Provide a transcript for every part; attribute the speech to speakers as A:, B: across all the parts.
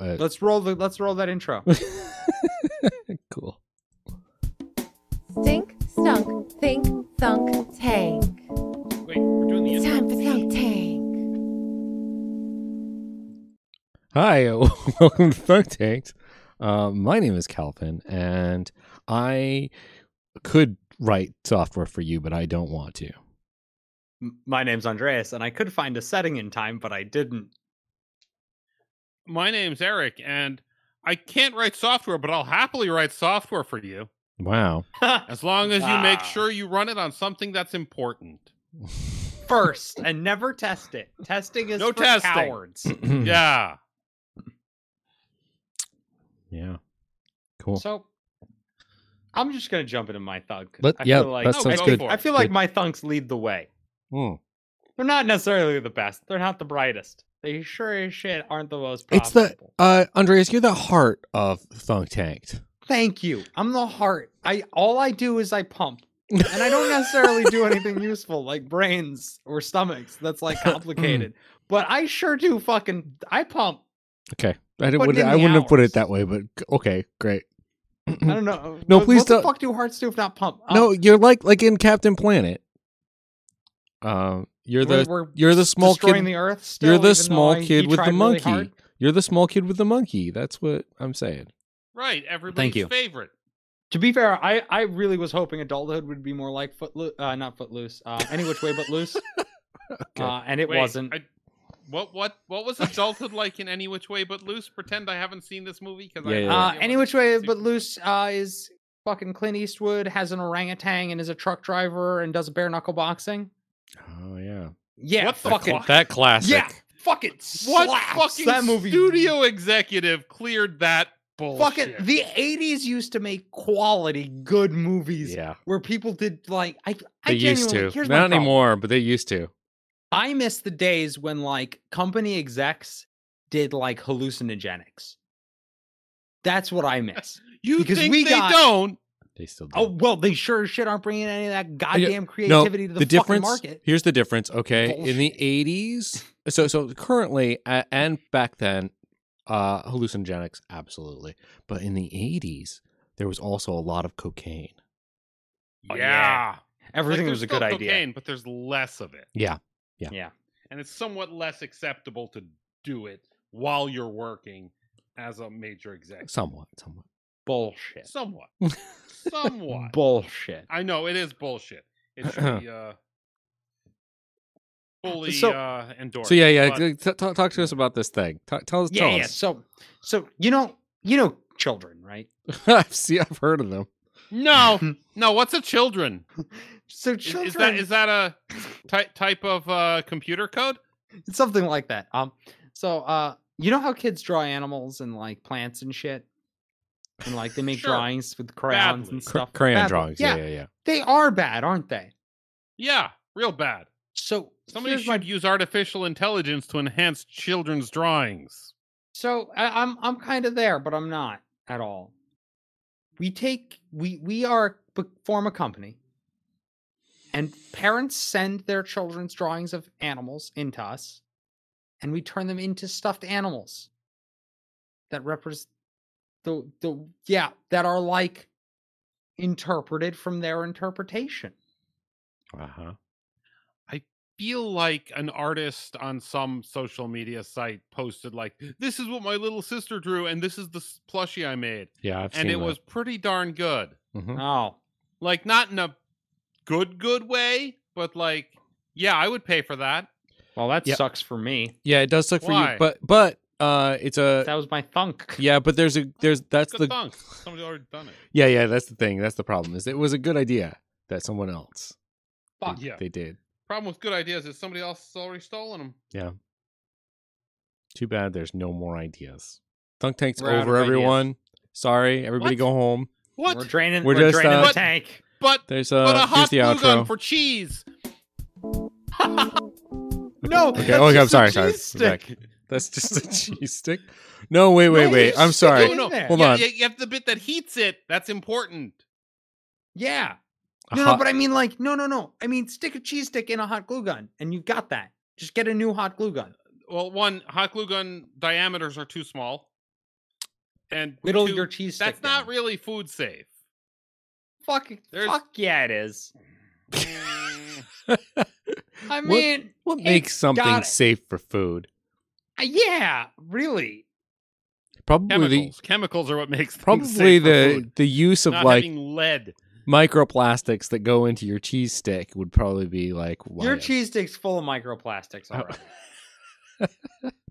A: Uh,
B: Let's roll the let's roll that intro.
A: cool.
C: Stink, stunk, think, thunk, tank.
D: Wait, we're doing the
C: It's
D: intro.
C: time for Thunk Tank.
A: Hi, welcome to Thunk Tanks. Um, my name is Calvin, and I could write software for you, but I don't want to.
B: M- My name's Andreas, and I could find a setting in time, but I didn't.
D: My name's Eric, and I can't write software, but I'll happily write software for you
A: Wow.
D: as long as you make
B: Ah.
D: sure you run it on something that's important.
B: First, and never test it. Testing is
D: No
B: for
D: testing.
B: cowards.
D: Yeah.
A: Yeah. Cool.
B: So I'm just gonna jump into my thunk.
A: Let-
B: I
A: yeah,
B: feel like,
A: that
D: No,
A: sounds
D: go
A: good.
D: for
B: I
D: it.
B: feel like my thunks lead the way.
A: Mm.
B: They're not necessarily the best. They're not the brightest. They sure as shit aren't the most
A: It's the
B: profitable.
A: uh, Andreas. You're the heart of Thunk Tanked.
B: Thank you. I'm the heart. I all I do is I pump. And I don't necessarily do anything useful like brains or stomachs. That's like
A: Mm.
B: complicated. but I sure do fucking I pump.
A: Okay. I didn't.
B: Putting
A: Would,
B: in
A: I
B: the
A: wouldn't have put
B: hours.
A: it that way, but c- okay, great.
B: I don't know.
A: Mm. No,
B: What-
A: please
B: what
A: don't-
B: the fuck do hearts do if not pump? Um,
A: no, you're like like in Captain Planet. Um, you're the
B: we're, we're
A: you're the small
B: destroying
A: kid.
B: the earth. Still,
A: you're
B: even though
A: the small
B: I- he
A: kid with
B: tried
A: the
B: really
A: monkey.
B: hard.
A: you're the small kid with the monkey. That's what I'm saying.
D: Right. Everybody's
B: you.
D: favorite.
B: To be fair, I I really was hoping adulthood would be more like footloose, uh, not footloose, uh, any which way but loose. uh, and it
D: Wait,
B: wasn't.
D: I- what what what was adulthood like in any which way but loose? Pretend I haven't seen this movie because
A: Yeah,
D: I
A: yeah,
D: have
A: yeah.
D: no
B: Uh,
D: idea
B: any
D: what-
B: which way but loose uh, is fucking Clint Eastwood has an orangutan and is a truck driver and does bare knuckle boxing.
A: Oh yeah.
B: Yeah,
D: What the
B: fucking
D: fuck?
E: That classic.
B: yeah, fucking
D: What
B: slaps.
D: fucking
B: that movie
D: studio executive cleared that bullshit?
B: Fucking the '80s used to make quality good movies
A: Yeah.
B: where people did like I.
E: They
B: I
E: used
B: genuinely-
E: to.
B: Here's my
E: Not
B: problem.
E: anymore, but they used to.
B: I miss the days when like company execs did like hallucinogenics. That's what I miss.
D: you
B: because
D: think
B: we
D: they
B: got-
D: don't?
A: They still do.
B: oh well, they sure as shit aren't bringing any of that goddamn
A: no,
B: creativity to the,
A: the
B: fucking
A: difference
B: market.
A: here's the difference okay in the
B: Bullshit.
A: 80s so so currently a- and back then uh hallucinogenics absolutely but in the 80s there was also a lot of cocaine
B: Oh,
D: yeah.
B: yeah.
D: Like,
B: Everything
D: there's
B: was a
D: still
B: good idea.
D: cocaine, but there's less of it.
A: yeah Yeah.
B: Yeah.
D: and it's somewhat less acceptable to do it while you're working as a major exec.
A: somewhat somewhat
B: Bullshit.
D: Somewhat. Somewhat.
B: Bullshit.
D: I know it is bullshit. It should be uh fully
B: So-
D: uh endorsed.
A: so yeah yeah
D: but
A: t- t- talk, talk to us about this thing talk, tell us
B: Yeah,
A: tell
B: yeah.
A: us
B: So so you know you know children, right?
A: i've see i've heard of them
D: no. No, what's a children?
B: So
D: Is,
B: children
D: is that is that a ty- type of uh computer code?
B: It's something like that. Um, so uh, you know how kids draw animals and like plants and shit, and like they make
D: Sure.
B: drawings with crayons
D: Badly.
B: and
D: Cr-
A: Cr-
B: stuff.
A: crayon
B: Badly.
A: drawings yeah
B: Yeah,
A: yeah yeah,
B: they are bad, aren't they?
D: Yeah, real bad.
B: So
D: Somebody
B: here's
D: should
B: my-
D: use artificial intelligence to enhance children's drawings.
B: So I, I'm I'm kind of there, but I'm not at all. We take we we are b- form a company, and parents send their children's drawings of animals into us, and we turn them into stuffed animals. That represent the the yeah that are like interpreted from their interpretation.
A: uh-huh
D: feel like an artist on some social media site posted like this is what my little sister drew and this is the s- plushie i made
A: yeah I've
D: and it was pretty darn good
A: hmm
B: Oh,
D: like not in a good good way but like yeah i would pay for that
B: well that
A: Yeah.
B: sucks for me.
A: yeah it does suck for
D: Why?
A: you but but uh it's a
B: That was my thunk.
A: yeah but there's a there's that's
D: good
A: the
D: thunk somebody's already done it
A: Yeah, yeah, that's the thing. That's the problem. Is it was a good idea that someone else they-
D: Fuck yeah.
A: they did.
D: problem with good ideas is somebody else has already stolen them
A: Too bad there's no more ideas. Thunk tank's
B: We're out
A: over,
B: of ideas.
A: everyone. Sorry, everybody
D: What?
A: go home.
D: what
B: We're draining.
A: We're
B: We're,
A: just,
B: draining
A: uh,
B: the tank.
D: but
A: There's
D: but
A: uh,
D: a
A: here's
D: hot
A: the
D: glue gun
A: outro.
D: for cheese
B: No.
A: okay, okay, I'm sorry, sorry. We're back. That's just a cheese stick. No, wait, wait,
B: No, you
A: wait.
B: just
A: I'm
B: stick it
A: sorry.
B: in
D: No, no,
B: there.
A: Hold
D: yeah,
A: on.
D: yeah, you have the bit that heats it that's important
B: Yeah.
A: A
B: No,
A: hot-
B: no, but I mean, like, no, no, no. I mean, stick a cheese stick in a hot glue gun, and you've got that. Just get a new hot glue gun.
D: well one hot glue gun diameters are too small And
B: Middle
D: two,
B: your cheese stick.
D: that's not
B: down.
D: really food safe.
B: Fuck,
D: There's-
B: fuck yeah, it is.
D: Mm,
B: I
A: What-
B: mean,
A: What
B: It
A: makes something
B: got it.
A: safe for food?
B: uh, yeah, really.
A: Probably the
D: chemicals. Chemicals are what makes things
A: probably
D: safe for
A: the
D: food.
A: the use of
D: Not
A: like
D: having lead.
A: microplastics that go into your cheese stick would probably be like
B: Your
A: why-
B: cheese stick's full of microplastics
A: Oh.
B: already.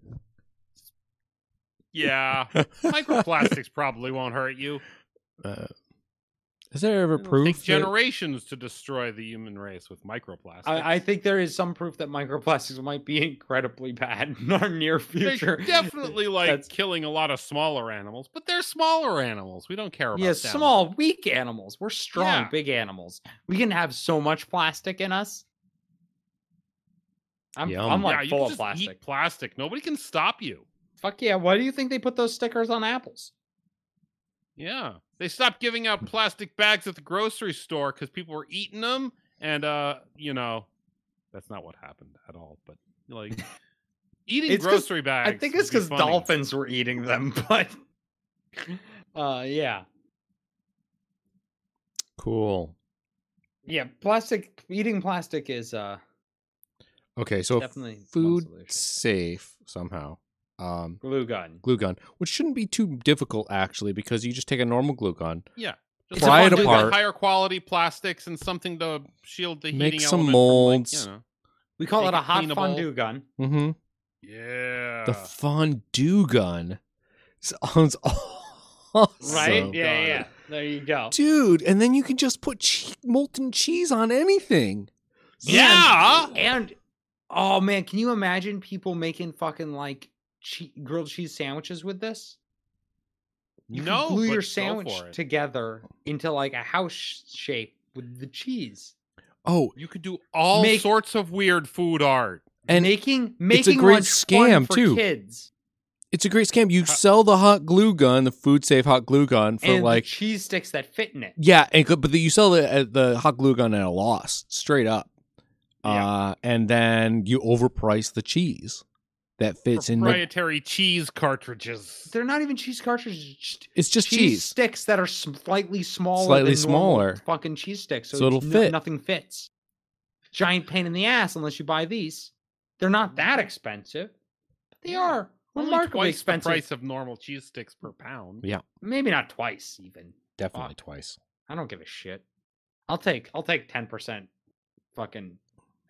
D: Yeah, microplastics probably won't hurt you.
A: Uh, is there ever
D: It'll take
A: proof? that-
D: generations to destroy the human race with microplastics.
B: I, I think there is some proof that microplastics might be incredibly bad in our near
D: They're
B: future.
D: definitely like
B: That's-
D: killing a lot of smaller animals, but they're smaller animals. We don't care about
B: yeah,
D: them.
B: small, weak animals. We're strong,
D: Yeah.
B: big animals. We can have so much plastic in us. I'm,
A: Yum.
B: I'm
D: Yeah,
B: like
D: you
B: full
D: can
B: of
D: just
B: plastic.
D: Eat plastic. Nobody can stop you.
B: Fuck yeah. Why do you think they put those stickers on apples?
D: Yeah, they stopped giving out plastic bags at the grocery store because people were eating them, and uh, you know, that's not what happened at all. But like eating
B: It's 'cause-
D: grocery bags,
B: I think it's
D: would be
B: because
D: funny.
B: dolphins were eating them, but uh yeah.
A: cool.
B: Yeah, plastic eating plastic is uh
A: Okay, so if
B: definitely one
A: food
B: solution.
A: safe somehow. Um,
B: glue gun.
A: glue gun, which shouldn't be too difficult actually, because you just take a normal glue gun,
D: Just
A: Pry it
D: find, like, the
A: apart.
D: Higher quality plastics and something to shield the
A: Make
D: heating
A: some
D: element
A: molds.
D: From, like,
B: We call
D: Make
B: it a
D: it
B: hot
D: cleanable.
B: fondue gun.
A: mm-hmm.
D: you
A: the
D: know.
B: Uh.
D: Yeah.
A: fondue gun sounds awesome,
B: Right?
D: So
B: yeah,
D: good.
B: yeah. There you go.
A: dude. And then you can just put che- molten cheese on anything.
D: yeah.
B: And oh man, can you imagine people making fucking like che- grilled cheese sandwiches with this? You
D: no,
B: can glue
D: but go
B: your
D: for
B: sandwich
D: it.
B: together into like a house sh- shape with the cheese.
A: Oh,
D: You could do all
B: Make-
D: sorts of weird food art.
A: And
B: making making
A: it's a great
B: lunch fun
A: scam,
B: for
A: too.
B: Kids
A: it's a great scam. You
D: How-
A: sell the hot glue gun, the food safe hot glue gun, for
B: and
A: like
B: the cheese sticks that fit in it.
A: Yeah, and co- but the, you sell the uh, the hot glue gun at a loss, straight up. Uh, and then you overprice the cheese that fits in. The,
D: Proprietary cheese cartridges.
B: They're not even cheese cartridges. it's just
A: it's just
B: cheese,
A: cheese.
B: sticks that are slightly smaller,
A: Slightly
B: than normal
A: smaller.
B: fucking cheese sticks. So,
A: So
B: it's
A: it'll
B: no-
A: fit.
B: nothing fits. Giant pain in the ass unless you buy these. They're not that expensive, but they are
D: Only
B: remarkably
D: twice
B: expensive.
D: the price of normal cheese sticks per pound.
B: Maybe not twice even.
A: Definitely
B: Fuck.
A: twice.
B: I don't give a shit. I'll take I'll take ten percent. Fucking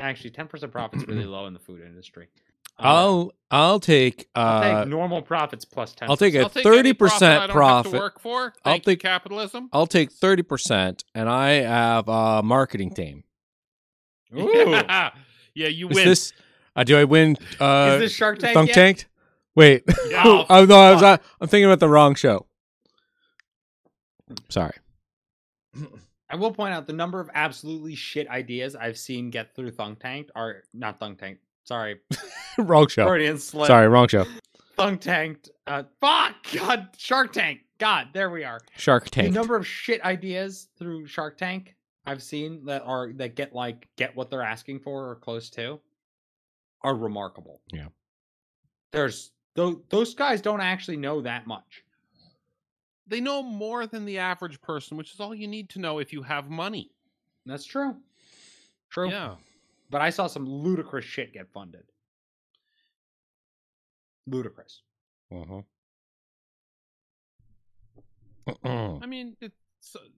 B: actually, ten percent profits really low in the food industry. Uh,
A: I'll I'll take uh
B: I'll
A: I'll
B: take
A: take,
B: normal profits plus ten.
A: a
D: I'll take any
A: thirty
D: profit. I
A: percent
D: don't have to
A: profit.
D: work for.
A: I'll
D: Thank you,
A: take-
D: capitalism.
A: I'll take thirty percent, and I have a marketing team.
B: Ooh.
D: yeah, you
A: Is
D: win.
A: this? Uh, do I win? Uh,
B: Is this Shark Tank?
A: thunk
B: yet?
A: tanked? Wait,
D: Yeah,
A: oh,
D: I'll-
A: no, I was,
D: fuck.
A: I'm thinking about the wrong show. Sorry.
B: I will point out the number of absolutely shit ideas I've seen get through Thunk Tank are not Thunk Tank. Sorry,
A: wrong show.
B: Freudian slip.
A: Sorry, wrong show.
B: Thunk Tanked. Uh, fuck, God, Shark Tank. God, there we are.
A: Shark
B: The
A: Tank.
B: number of shit ideas through Shark Tank I've seen that are that get like get what they're asking for or close to are remarkable.
A: Yeah.
B: There's tho- those guys don't actually know that much.
D: They know more than the average person, which is all you need to know if you have money.
B: That's true. True.
D: Yeah.
B: But I saw some ludicrous shit get funded. Ludicrous.
A: Uh-huh.
D: I mean, it's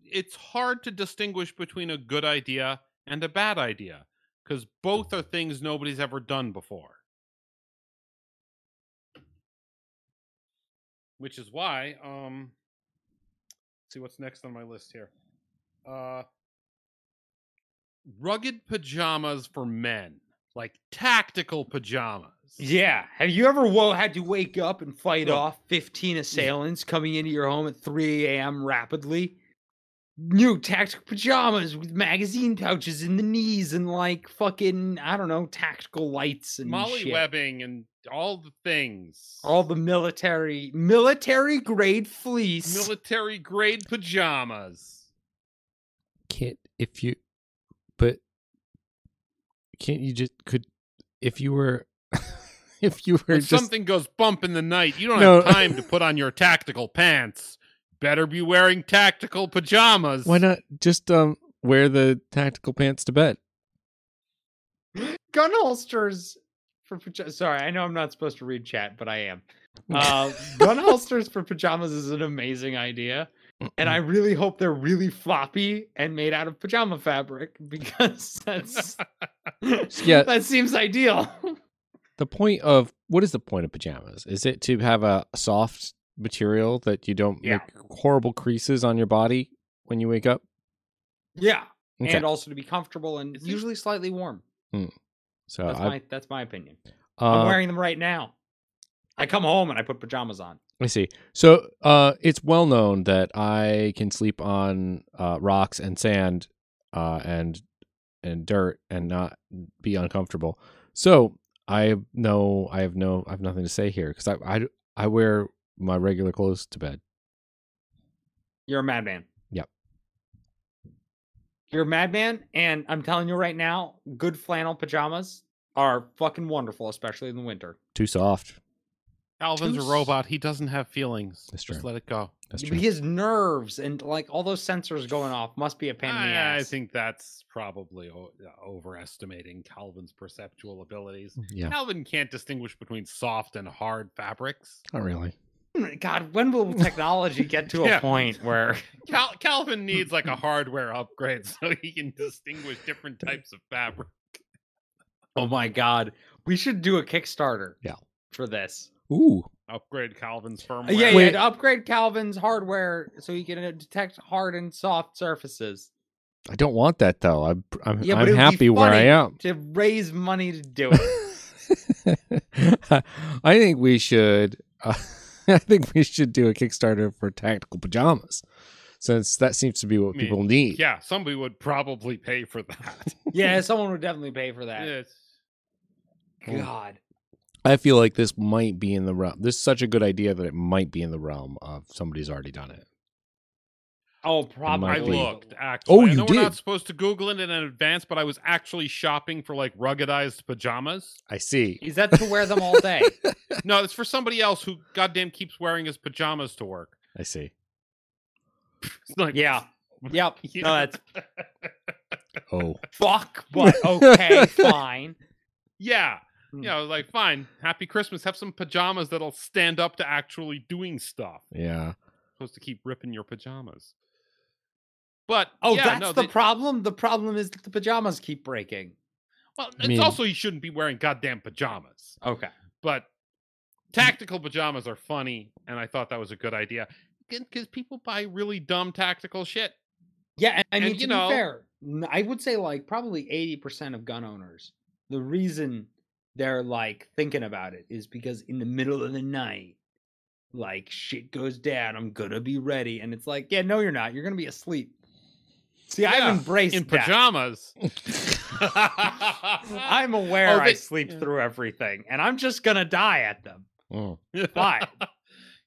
D: it's hard to distinguish between a good idea and a bad idea because both are things nobody's ever done before. Which is why, um, let's see what's next on my list here. Uh, rugged pajamas for men, like tactical pajamas.
B: Yeah. Have you ever wo- had to wake up and fight
D: No.
B: off 15 assailants coming into your home at 3 a.m. rapidly? New tactical pajamas with magazine pouches in the knees and like fucking, I don't know, tactical lights and
D: Molly
B: shit.
D: webbing and all the things.
B: All the military, military grade fleece.
D: military grade pajamas.
A: Can't if you, but can't you just could if you were if you were
D: When
A: just
D: something goes bump in the night, you don't
A: No.
D: have time to put on your tactical pants. Better be wearing tactical pajamas.
A: why not just um wear the tactical pants to bed?
B: Gun holsters for paja- sorry, I know I'm not supposed to read chat, but I am. Uh, gun holsters for pajamas is an amazing idea, and
A: Mm-hmm.
B: I really hope they're really floppy and made out of pajama fabric because that's
A: Yeah.
B: that seems ideal.
A: the point of what is the point of pajamas? Is it to have a soft material that you don't
D: Yeah.
A: make horrible creases on your body when you wake up?
B: yeah,
A: Okay.
B: and also to be comfortable and usually slightly warm.
A: so
B: That's
A: Oh, I,
B: my that's my opinion.
A: uh,
B: I'm wearing them right now. I come home and I put pajamas on.
A: I see. So uh, it's well known that I can sleep on uh, rocks and sand uh, and and dirt and not be uncomfortable. So I have no, I have no, I have nothing to say here because I, I I wear my regular clothes to bed.
B: You're a madman.
A: Yep.
B: You're a madman, and I'm telling you right now, good flannel pajamas are fucking wonderful, especially in the winter.
A: Too soft.
D: Alvin's a
B: Too s-
D: robot. He doesn't have feelings.
A: That's
D: Just
A: true.
D: let it go.
A: That's
B: Yeah,
A: true.
B: but He has nerves, and like all those sensors going off must be a pain in the
D: I,
B: ass.
D: I think that's probably o- uh, overestimating Calvin's perceptual abilities.
A: Yeah,
D: Calvin can't distinguish between soft and hard fabrics.
A: not really.
B: Hmm, God, when will technology get to
D: Yeah.
B: a point where
D: Cal- Calvin needs like a hardware upgrade so he can distinguish different types of fabric.
B: Oh my god, we should do a Kickstarter.
A: Yeah.
B: For this.
A: Ooh,
D: Upgrade Calvin's
B: Uh,
D: firmware.
B: Yeah, yeah,
A: Wait.
B: to upgrade Calvin's hardware so he can uh, detect hard and soft surfaces.
A: I don't want that though. I'm I'm,
B: Yeah,
A: I'm
B: but it would be
A: happy where I
B: funny.
A: am.
B: To raise money to do it.
A: I think we should. Uh, I think we should do a Kickstarter for tactical pajamas, since that seems to be what
D: I mean,
A: people need.
D: Yeah, somebody would probably pay for that.
B: yeah, someone would definitely pay for that.
D: Yes.
B: God.
A: I feel like this might be in the realm. This is such a good idea that it might be in the realm of somebody's already done it.
B: Oh,
A: might
D: I
A: be.
B: probably.
D: looked actually. I
A: you
D: know We're not
A: did?
D: supposed to Google it in advance, but I was actually shopping for like ruggedized pajamas.
A: I see.
B: Is that to wear them all day?
D: no, it's for somebody else who goddamn keeps wearing his pajamas to work.
A: I see.
D: It's like,
B: yeah. Yep.
D: Yeah.
B: No, that's
A: Oh,
B: fuck, but okay, fine.
D: Yeah.
B: Hmm.
D: Yeah, I was like, fine, happy Christmas. Have some pajamas that'll stand up to actually doing stuff.
A: yeah.
D: supposed to keep ripping your pajamas. But
B: Oh,
D: yeah,
B: that's
D: no,
B: the
D: they-
B: problem. The problem is that the pajamas keep breaking.
D: well, it's
A: I mean-
D: also you shouldn't be wearing goddamn pajamas.
B: Okay.
D: But
B: Mm.
D: tactical pajamas are funny, and I thought that was a good idea because people buy really dumb tactical shit.
B: Yeah, and, I
D: And,
B: mean,
D: you
B: to
D: know-
B: be fair, n- I would say like probably eighty percent of gun owners, the reason they're like thinking about it is because in the middle of the night, like shit goes down. I'm gonna be ready, and it's like, yeah, no, you're not. You're gonna be asleep. See,
D: Yeah,
B: I've embraced
D: In
B: that.
D: pajamas.
B: I'm aware I
D: they-
B: sleep
D: yeah.
B: through everything, and I'm just gonna die at them.
A: Oh.
B: Why?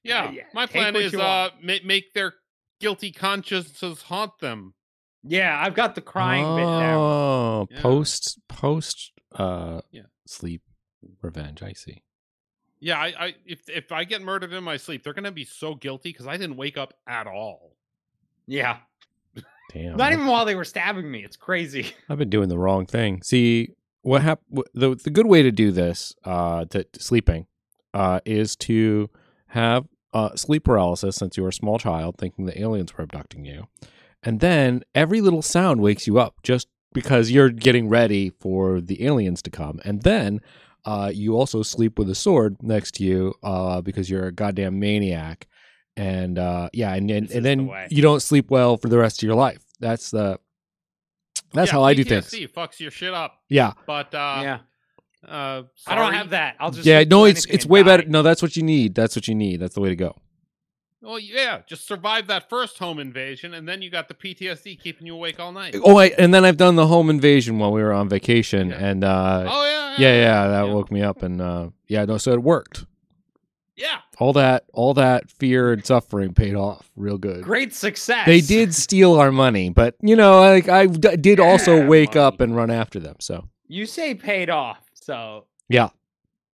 D: yeah,
B: yeah,
D: my
B: take
D: plan
B: what
D: is
B: you
D: uh, ma- make their guilty consciences haunt them.
B: Yeah, I've got the crying bit now.
A: Oh,
D: Yeah.
A: post post uh
D: Yeah.
A: sleep revenge. I see.
D: Yeah, I, I if if I get murdered in my sleep, they're gonna be so guilty because I didn't wake up at all.
B: Yeah,
A: Damn.
B: not even while they were stabbing me. It's crazy.
A: I've been doing the wrong thing. See, what hap- wh- the the good way to do this uh to, to sleeping uh is to have uh sleep paralysis since you were a small child thinking the aliens were abducting you. And then every little sound wakes you up just because you're getting ready for the aliens to come. And then uh you also sleep with a sword next to you uh because you're a goddamn maniac. And uh yeah, and and,
B: This is
A: and
B: the
A: then
B: way.
A: you don't sleep well for the rest of your life. That's the that's
D: Yeah,
A: how I do things.
D: PTSD Fucks your shit up,
A: Yeah,
D: but uh,
B: yeah.
D: Uh,
B: I don't have that. I'll just
A: yeah.
B: sleep
A: No,
B: through
A: it's
B: anything
A: it's
B: and
A: way
B: die.
A: better. No, that's what you need. That's what you need. That's the way to go.
D: Well, yeah, just survive that first home invasion, and then you got the PTSD keeping you awake all night.
A: Oh, I, and then I've done the home invasion while we were on vacation,
D: Yeah.
A: and uh,
D: Oh, yeah,
A: yeah, yeah, that
D: yeah.
A: woke me up, and uh, yeah, no, so it worked.
D: yeah.
A: All that, all that fear and suffering paid off real good.
B: Great success.
A: They did steal our money, but you know, like I d- did also
B: Yeah,
A: wake
B: money.
A: up and run after them. So
B: You say paid off, so
A: Yeah.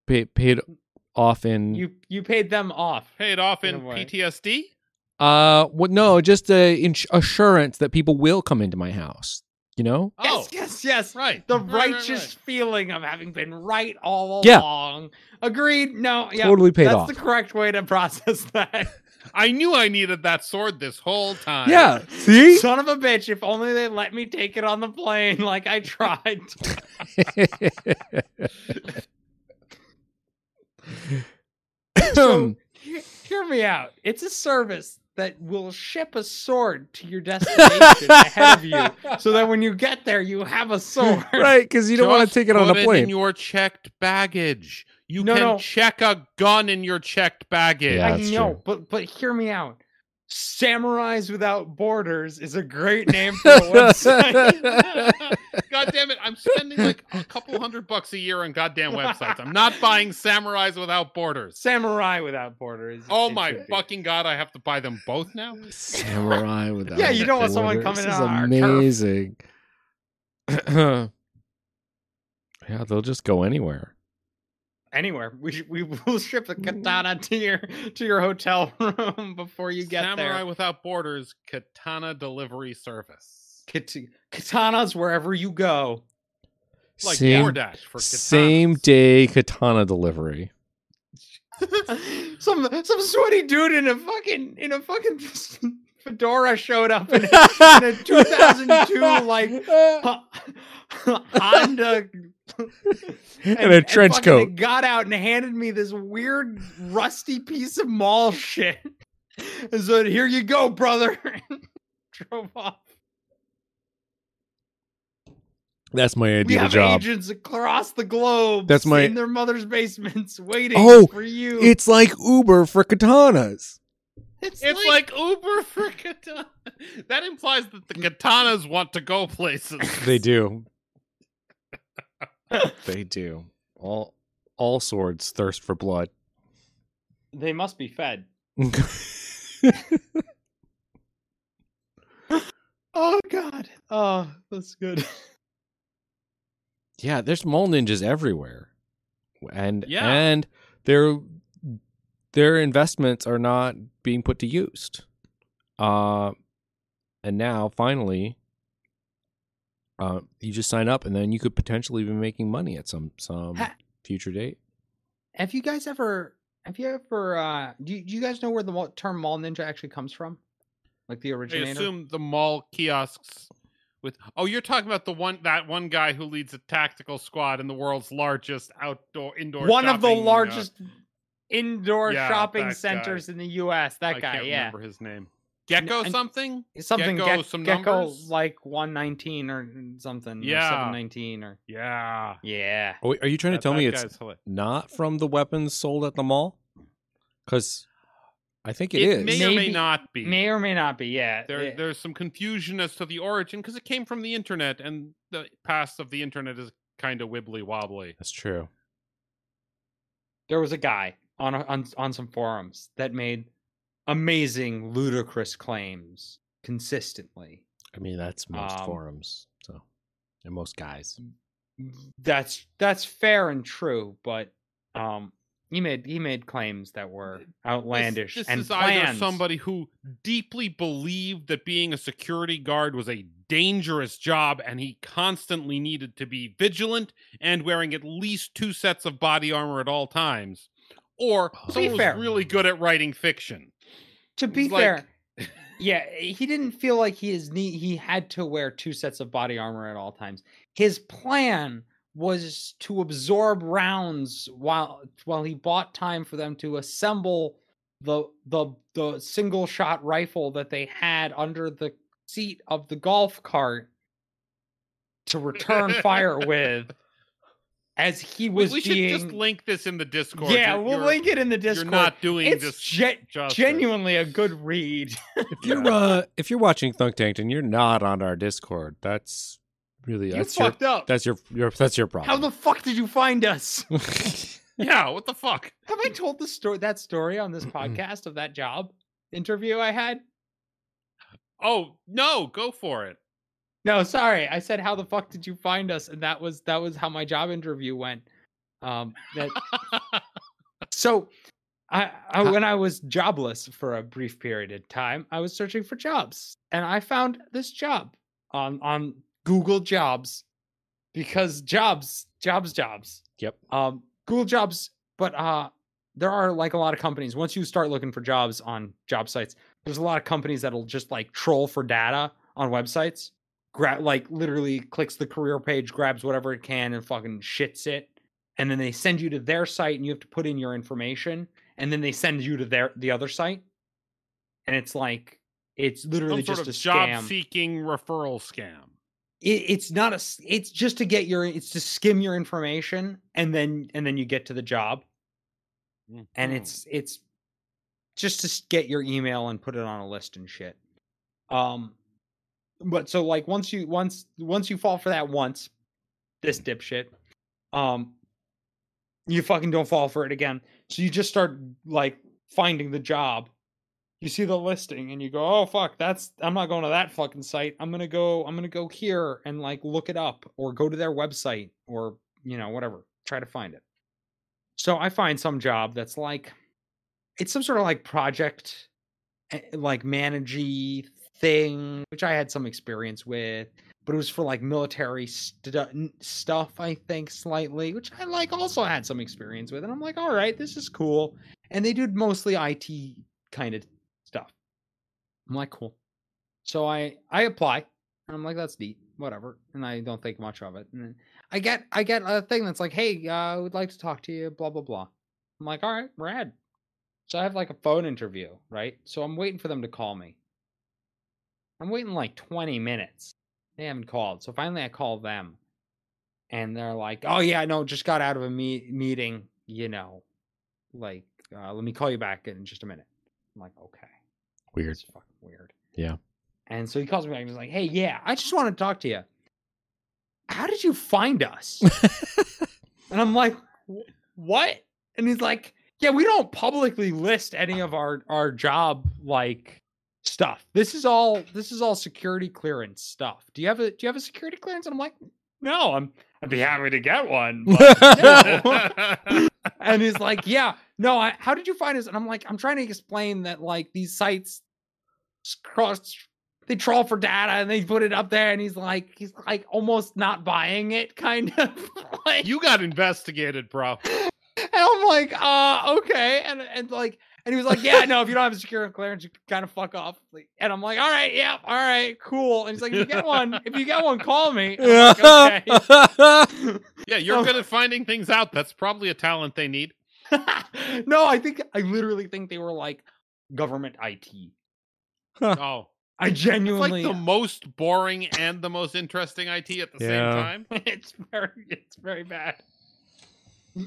A: pay, paid off in
B: You you paid them off.
D: Paid off
B: In
D: in,
B: a way.
D: PTSD?
A: uh what no just uh, ins- assurance that people will come into my house you know
D: Oh,
B: Yes, yes, yes.
D: right.
B: The
D: Right, right,
B: righteous
D: right.
B: feeling of having been right all
A: Yeah.
B: along. Agreed. No, yeah.
A: totally paid
B: That's
A: off
B: the correct way to process that.
D: I knew I needed that sword this whole time.
A: yeah see
B: Son of a bitch, if only they let me take it on the plane like I tried. so, he- hear me out. It's a service that will ship a sword to your destination ahead of you, so that when you get there, you have a sword.
A: right because you don't want to
D: Just
A: take it on
D: put
A: a plane
D: in your checked baggage. You
B: No,
D: can
B: no.
D: check a gun in your checked baggage.
A: Yeah,
B: I
A: that's
B: know,
A: true.
B: but but hear me out. Samurais Without Borders is a great name for a website.
D: God damn it! I'm spending like a couple hundred bucks a year on goddamn websites. I'm not buying samurais without borders.
B: Samurai Without Borders.
D: Oh
B: it
D: my
B: should be.
D: fucking god! I have to buy them both now.
A: Samurai without.
B: Yeah, you don't want someone
A: borders.
B: coming
A: This
B: in on our
A: is
B: turf.
A: amazing. yeah, they'll just go anywhere.
B: Anywhere we sh- we will ship a katana to your to your hotel room before you get
D: Samurai
B: there.
D: without borders katana delivery service.
B: Kat- katanas wherever you go.
D: Like
A: same
D: DoorDash for katanas.
A: same day katana delivery.
B: some some sweaty dude in a fucking in a fucking fedora showed up in a, in a 2002 like Honda
A: and, a trench
B: fucking
A: coat.
B: Got out and handed me this weird rusty piece of mall shit. And so here you go, brother. Drove off.
A: That's my
B: we
A: ideal
B: have
A: job.
B: agents across the globe.
A: That's my-
B: in their mother's basements waiting
A: Oh,
B: for you.
A: It's like Uber for katanas.
D: It's like, Uber for katana. That implies that the katanas want to go places.
A: They do. they do. All all swords thirst for blood.
B: they must be fed. Oh God. Oh, that's good.
A: Yeah, there's mole ninjas everywhere, and
D: Yeah.
A: and their their investments are not being put to use. Uh, and now finally, uh, you just sign up, and then you could potentially be making money at some some
B: Ha-
A: future date.
B: Have you guys ever? Have you ever? uh Do you, do you guys know where the mall- term "mall ninja" actually comes from? Like the
D: I
B: originator.
D: assume the mall kiosks with Oh, you're talking about the one that one guy who leads a tactical squad in the world's largest outdoor indoor
B: one of the
D: shopping, uh,
B: largest indoor
D: Yeah,
B: shopping
D: that
B: centers
D: guy.
B: in the U.S. That
D: I
B: guy,
D: can't
B: yeah,
D: remember his name. Gecko
B: and-
D: something?
B: It's something
D: Gecko,
B: Gec-
D: some
B: Gecko
D: numbers?
B: like one nineteen or something.
D: Yeah.
B: seven nineteen or
D: Yeah.
B: yeah.
A: Oh, wait, are you trying
D: That-
A: to tell me
D: that
A: it's
D: guy's hila-
A: not from the weapons sold at the mall? Because I think it
D: it
A: is.
D: may or may
B: Maybe-
D: not be.
B: May or may not be. Yeah,
D: there,
B: yeah.
D: there's some confusion as to the origin because it came from the internet, and the past of the internet is kind of wibbly wobbly.
A: That's true.
B: there was a guy on, a, on on some forums that made amazing, ludicrous claims consistently.
A: I mean, that's most
B: Um,
A: forums. So, and most guys.
B: that's that's fair and true, but um, he made he made claims that were
D: This-
B: outlandish
D: This,
B: and
D: is either
B: plans.
D: somebody who deeply believed that being a security guard was a dangerous job, and he constantly needed to be vigilant and wearing at least two sets of body armor at all times, or
A: To be
D: someone
B: fair.
D: who's really good at writing fiction.
B: to be
D: It's like-
B: fair, yeah, eh, he didn't feel like he is nee- he had to wear two sets of body armor at all times. His plan was to absorb rounds while while he bought time for them to assemble the the the single shot rifle that they had under the seat of the golf cart to return fire with as he
D: We,
B: was
D: we should
B: being
D: just link this in the Discord.
B: yeah
D: You're-
B: we'll
D: you're-
B: link it in the
D: You're
B: discord
D: not doing
B: it's
D: this
B: gen-
D: justice.
B: genuinely a good read
A: If you're uh, if you're watching Thunk Tanked and you're not on our Discord, that's really
B: you
A: that's your
B: fucked up
A: that's your, your that's your problem.
B: how the fuck did you find us
D: Yeah, what the fuck?
B: Have I told the story that story on this podcast of that job interview I had?
D: Oh no, go for it.
B: No, sorry. I said how the fuck did you find us? And that was that was how my job interview went. Um, that so I, I when I was jobless for a brief period of time, I was searching for jobs and I found this job on on Google Jobs because jobs jobs jobs.
A: Yep.
B: Um Google Jobs, but uh there are like a lot of companies once you start looking for jobs on job sites, there's a lot of companies that'll just like troll for data on websites. Grab like literally clicks the career page, grabs whatever it can and fucking shits it and then they send you to their site and you have to put in your information and then they send you to their the other site and it's like it's literally
D: Some
B: just
D: sort of
B: a
D: job
B: scam
D: seeking referral scam.
B: it, it's not a s- it's just to get your it's to skim your information and then and then you get to the job and
D: Mhm.
B: it's it's just to s- get your email and put it on a list and shit um but so like once you once once you fall for that once this dipshit um you fucking don't fall for it again so you just start like finding the job you see the listing and you go oh fuck that's i'm not going to that fucking site i'm gonna go i'm gonna go here and like look it up or go to their website or you know whatever try to find it so i find some job that's like it's some sort of like project eh, like managey thing which i had some experience with but it was for like military stu- n- stuff i think slightly which i like also had some experience with and i'm like all right this is cool and they did mostly it kind of stuff i'm like cool so i i apply and i'm like that's neat whatever and i don't think much of it and then i get i get a thing that's like hey uh, i would like to talk to you blah blah blah i'm like all right rad so i have like a phone interview right so i'm waiting for them to call me i'm waiting like 20 minutes they haven't called. So finally, I call them, and they're like, "Oh yeah, no, just got out of a me- meeting. You know, like, uh, let me call you back in just a minute." I'm like, "Okay,
A: Weird.
B: it's fucking weird."
A: Yeah.
B: And so he calls me back and he's like, "Hey, yeah, I just want to talk to you. How did you find us?" and I'm like, "Wh- "What?" And he's like, "Yeah, we don't publicly list any of our our job like stuff. This is all this is all security clearance stuff. Do you have a do you have a security clearance?" And I'm like, "No, I'm I'd be happy to get one." but and he's like, "Yeah, no, I, how did you find us?" And I'm like, "I'm trying to explain that like these sites s- cross, they trawl for data and they put it up there." And he's like, he's like almost not buying it, kind of. like,
D: you got investigated, bro.
B: and I'm like, "Uh, okay," and and like. And he was like, "Yeah, no. If you don't have a security clearance, you can kind of fuck off." Like, and I'm like, "All right, yeah, all right, cool." And he's like, "If you get one, if you get one, call me." And I'm like, okay.
D: Yeah, you're
B: Oh.
D: good at finding things out. That's probably a talent they need.
B: no, I think I literally think they were like government IT.
D: Oh,
B: I
D: it's like
B: genuinely
D: the most boring and the most interesting IT at the
A: Yeah.
D: same time.
B: it's very it's very bad.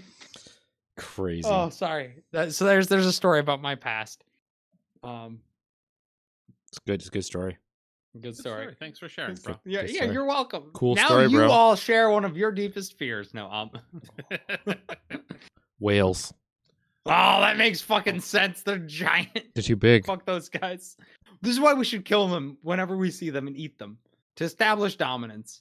A: Crazy.
B: Oh, sorry. That, so there's there's a story about my past. Um
A: It's good. It's a good story.
B: good
D: Good
B: story.
D: story. Thanks for sharing, bro.
B: Yeah,
A: Good
B: yeah,
A: story.
B: you're welcome.
A: Cool
B: now
A: story,
B: you
A: bro.
B: all share one of your deepest fears. No, um
A: Whales.
B: Oh, that makes fucking sense. They're giant.
A: They're too big.
B: Fuck those guys. This is why we should kill them whenever we see them and eat them to establish dominance.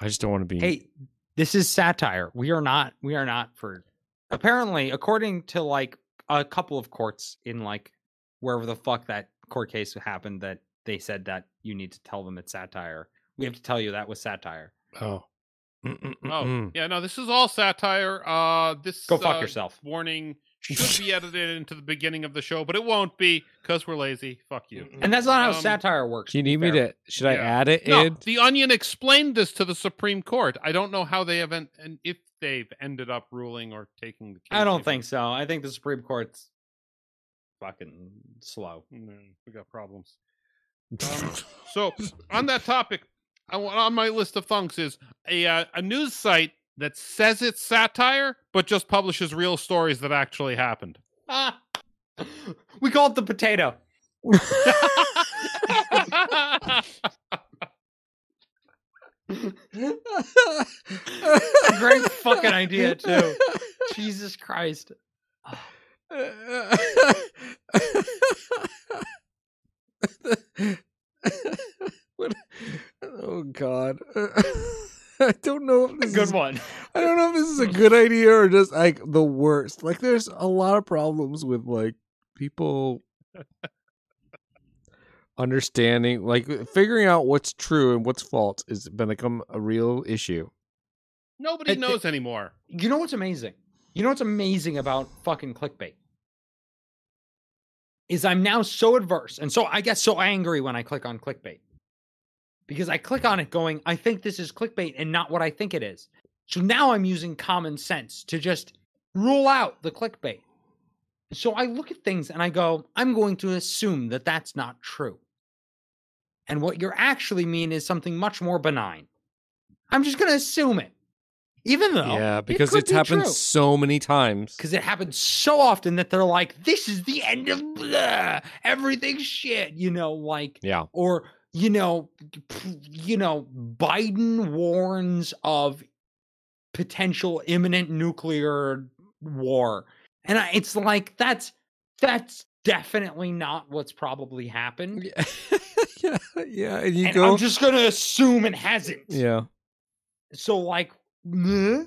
A: I just don't want to be.
B: hey this is satire we are not we are not for apparently according to like a couple of courts in like wherever the fuck that court case happened that they said that you need to tell them it's satire we have to tell you that was satire
A: Oh.
D: Oh,
A: Mm-mm-mm-mm.
D: yeah, no, this is all satire. Uh, this
B: go fuck
D: uh,
B: yourself
D: warning should be edited into the beginning of the show, but it won't be because we're lazy. Fuck you.
B: and that's not how
D: um,
B: satire works
A: Do you
B: be
A: need me
B: fair.
A: to? Should I
D: Yeah.
A: add it
D: No,
A: in?
D: the Onion explained this to the Supreme Court. I don't know how they haven't, and if they've ended up ruling or taking the case.
B: i don't
D: even.
B: think so i think the supreme court's fucking slow
D: No, Mm, we got problems. Um, so on that topic, I want on my list of thunks is a uh, a news site that says it's satire but just publishes real stories that actually happened.
B: ah! we call it the potato great fucking idea too jesus christ
A: What- Oh God! I don't know if this
B: good
A: is,
B: one
A: I don't know if this is a good idea or just like the worst. Like there's a lot of problems with like people understanding like uh, figuring out what's true and what's false has been become a real issue.
D: Nobody
B: I thi-
D: knows anymore.
B: You know what's amazing? You know what's amazing about fucking clickbait? Is I'm now so adverse and so I get so angry when I click on clickbait. Because I click on it going, I think this is clickbait and not what I think it is. So now I'm using common sense to just rule out the clickbait. So I look at things and I go, I'm going to assume that that's not true. And what you're actually mean is something much more benign. I'm just going to assume it. Even though
A: yeah,
B: it
A: because
B: could
A: it's
B: be
A: happened
B: true
A: so many times.
B: because it happens so often that they're like, "This is the end of blah, everything's shit," you know, like,
A: Yeah.
B: or you know, p- you know, Biden warns of potential imminent nuclear war, and I, it's like that's that's definitely not what's probably happened.
A: yeah, yeah, and you
B: and
A: go
B: I'm just gonna assume it hasn't.
A: Yeah.
B: So like, meh?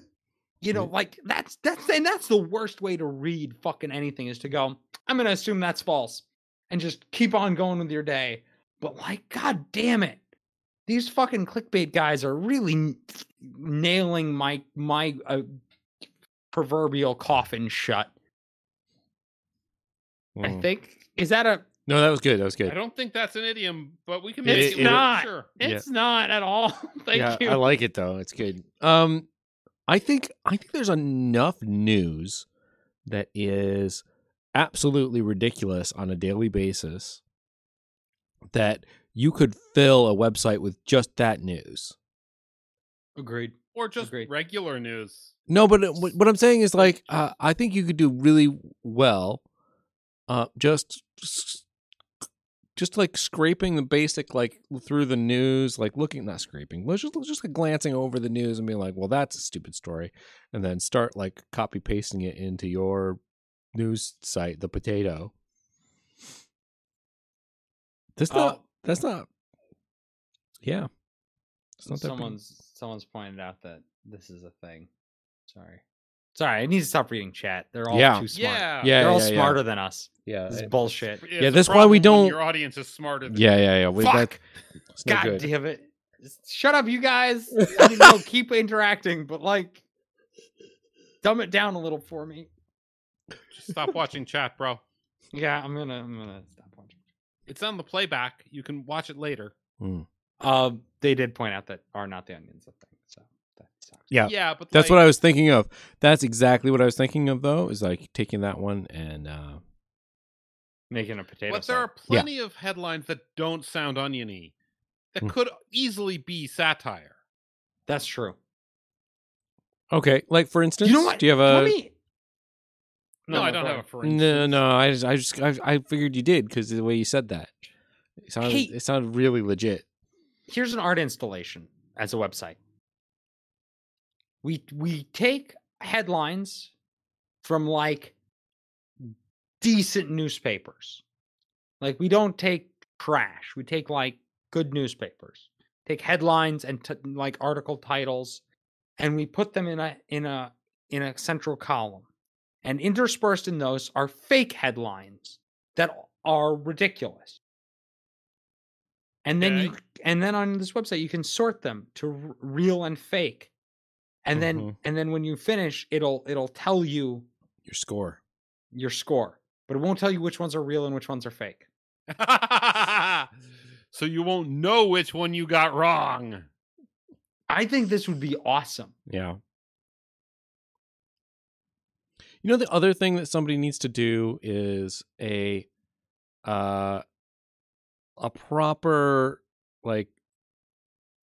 B: you know,
A: Mm.
B: like that's that's and that's the worst way to read fucking anything is to go. I'm gonna assume that's false and just keep on going with your day. But like, god damn it, these fucking clickbait guys are really n- nailing my my uh, proverbial coffin shut. I
A: Mm.
B: think is that a
A: No, that was good. That was
D: I
A: good.
D: don't think that's an idiom, but we can
A: It-
D: make
A: it-
D: it,
A: it-
D: work, Sure.
A: Yeah.
B: it's not at all. Thank
A: yeah,
B: you.
A: I like it though. It's good. Um, I think I think there's enough news that is absolutely ridiculous on a daily basis that you could fill a website with just that news.
B: Agreed.
D: Or just
B: Agreed.
D: regular news.
A: No, but it- what what I'm saying is like uh, I think you could do really well, uh, just s- just like scraping the basic like through the news, like looking not scraping, let's just just like glancing over the news and being like, well, that's a stupid story, and then start like copy pasting it into your news site, the potato. That's not.
B: Oh.
A: that's not. Yeah. It's not that big.
B: someone's someone's pointed out that this is a thing. Sorry. Sorry, I need to stop reading chat. They're all
A: Yeah.
B: too smart.
D: Yeah.
A: Yeah,
B: They're all
A: yeah, yeah.
B: smarter than us.
A: Yeah.
B: This is bullshit.
D: It's
A: Yeah,
D: a
A: that's why we
D: problem when
A: don't-
D: Your audience is smarter than
A: Yeah, yeah, yeah. We, that-
B: Fuck.
A: it's no
B: God
A: good.
B: damn it. Shut up, you guys. I mean, no, keep interacting, but like dumb it down a little for me.
D: Just stop watching chat, bro.
B: Yeah, I'm gonna I'm gonna stop watching.
D: It's on the playback. You can watch it later.
B: Uh, they did point out that are not the onions a thing, so that sucks.
A: Yeah.
D: but
A: That's
D: like,
A: what I was thinking of. That's exactly what I was thinking of, though, is like taking that one and uh,
B: Making a potato.
D: But there
B: salad.
D: are
A: Yeah.
D: plenty of headlines that don't sound oniony, that
A: Mm.
D: could easily be satire.
B: That's true.
A: okay, like for instance,
B: You know what?
A: do you have
B: Let
A: a?
B: me.
D: No, I don't
B: go
D: have a
B: ahead.
D: for
A: No,
D: instance.
A: no, I just, I just, I, I figured you did because the way you said that, it sounded,
B: Hey.
A: it sounded really legit.
B: here's an art installation as a website. We we take headlines from like decent newspapers. Like we don't take trash. We take like good newspapers. Take headlines and t- like article titles and we put them in a in a in a central column. And interspersed in those are fake headlines that are ridiculous. And then you
D: Okay.
B: and then on this website you can sort them to r- real and fake. And
D: Mm-hmm.
B: then
A: Mhm.
B: and then when you finish it'll it'll tell you
A: Your score.
B: your score, but it won't tell you which ones are real and which ones are fake.
D: so you won't know which one you got wrong.
B: I think this would be awesome.
A: Yeah. You know the other thing that somebody needs to do is a uh a proper like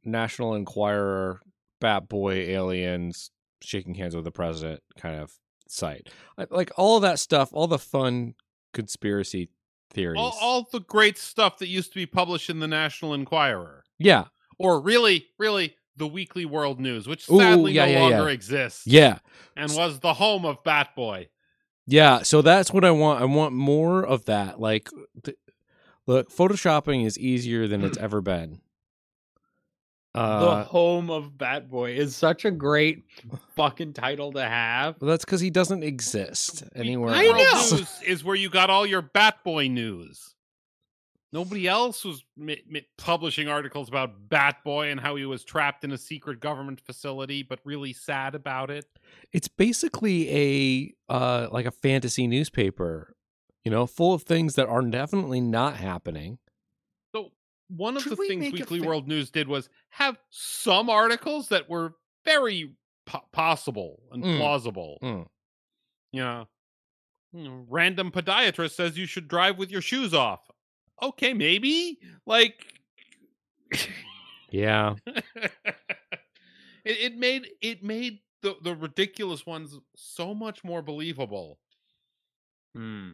A: National Enquirer Bat Boy aliens shaking hands with the president kind of site. I- Like all that stuff, all the fun conspiracy theories.
D: All, all the great stuff that used to be published in the National Enquirer,
A: yeah.
D: or really, really, the Weekly World News, which
A: Ooh,
D: sadly
A: yeah,
D: no
A: yeah, yeah.
D: longer exists,
A: Yeah.
D: and was the home of Bat Boy.
A: Yeah, so that's what I want. I want more of that. Like, th- look, photoshopping is easier than it's ever been. Uh,
B: the home of Batboy is such a great fucking title to have.
A: well, that's because he doesn't exist anywhere
B: I
A: else.
B: know.
D: News is where you got all your Batboy news. Nobody else was mi- mi- publishing articles about Batboy and how he was trapped in a secret government facility, but really sad about it.
A: It's basically a uh, like a fantasy newspaper, you know, full of things that are definitely not happening.
D: So one of
B: Should
D: the
B: we
D: things
B: make a
D: Weekly
B: fa-
D: World News did was have some articles that were very po- possible and
A: Mm.
D: plausible.
A: Mm.
D: Yeah. You know, random podiatrist says you should drive with your shoes off. Okay, maybe. Like
A: Yeah,
D: it, it made it made the, the ridiculous ones so much more believable.
A: Hmm.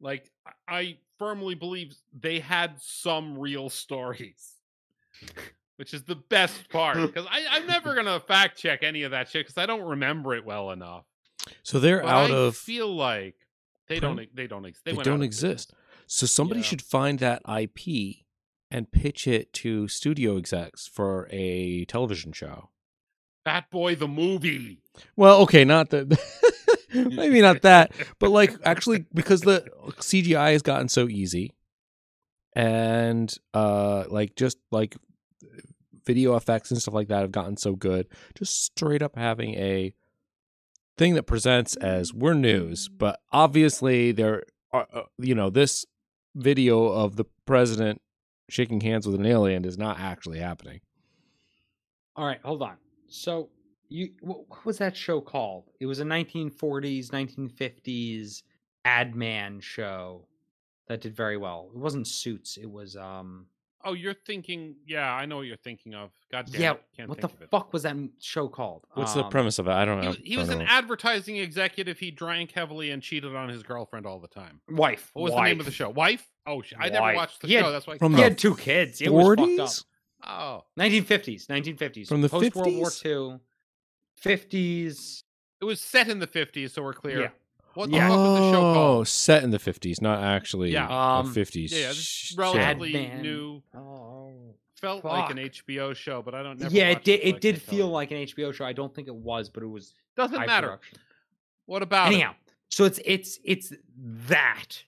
D: Like I- I firmly believe they had some real stories, which is the best part because I'm never gonna fact check any of that shit because I don't remember it well enough.
A: so they're
D: But
A: out
D: I
A: of
D: feel like they
A: print?
D: don't e- they don't ex-
A: they
D: went out
A: don't
D: of
A: exist. So somebody
D: Yeah.
A: should find that IP and pitch it to studio execs for a television show.
D: business. Fat Boy the movie.
A: Well, okay, not the maybe not that, but like actually because the CGI has gotten so easy and uh like just like video effects and stuff like that have gotten so good, just straight up having a thing that presents as we're news, but obviously there are uh, you know, this video of the president shaking hands with an alien is not actually happening.
B: All right, hold on. So you wh- what was that show called? It was a 1940s, 1950s ad man show that did very well. It wasn't Suits. It was um
D: Oh, you're thinking? Yeah, I know what you're thinking of. God damn
B: yeah.
D: it, can't
B: What the
D: think of it.
B: fuck was that m- show called?
A: What's the
B: Um,
A: premise of it? I don't
D: He,
A: know.
D: was- he was
A: don't
D: an
A: know.
D: advertising executive. He drank heavily and cheated on his girlfriend all the time.
B: Wife.
D: What was the name of the
B: Wife.
D: show? Wife? Oh, sh- I never
B: Wife.
D: watched the
B: He had-
D: show. That's why. I
A: From
B: He
A: the
D: can't-
B: had two kids. It was fucked up.
A: 40s?
D: Oh,
B: 1950s, 1950s.
A: From the
B: post World War
A: 50s?
B: II, 50s.
D: it was set in the fifties, so we're clear.
B: Yeah.
D: What the
B: Yeah.
D: fuck was the show
A: Oh,
D: called?
A: set in the fifties, not actually
D: Yeah.
B: Um,
A: fifties.
D: Yeah, yeah, this is
A: yeah,
D: relatively
B: Madman.
D: new.
B: Oh.
D: Felt like an
B: Fuck.
D: HBO show, but I don't. Never
B: Yeah,
D: watched
B: it did.
D: so I
B: It did
D: can't tell
B: feel
D: you.
B: like an HBO show. I don't think it was, but it was.
D: Doesn't
B: high
D: matter.
B: production.
D: What about it?
B: Anyhow, so it's it's it's that,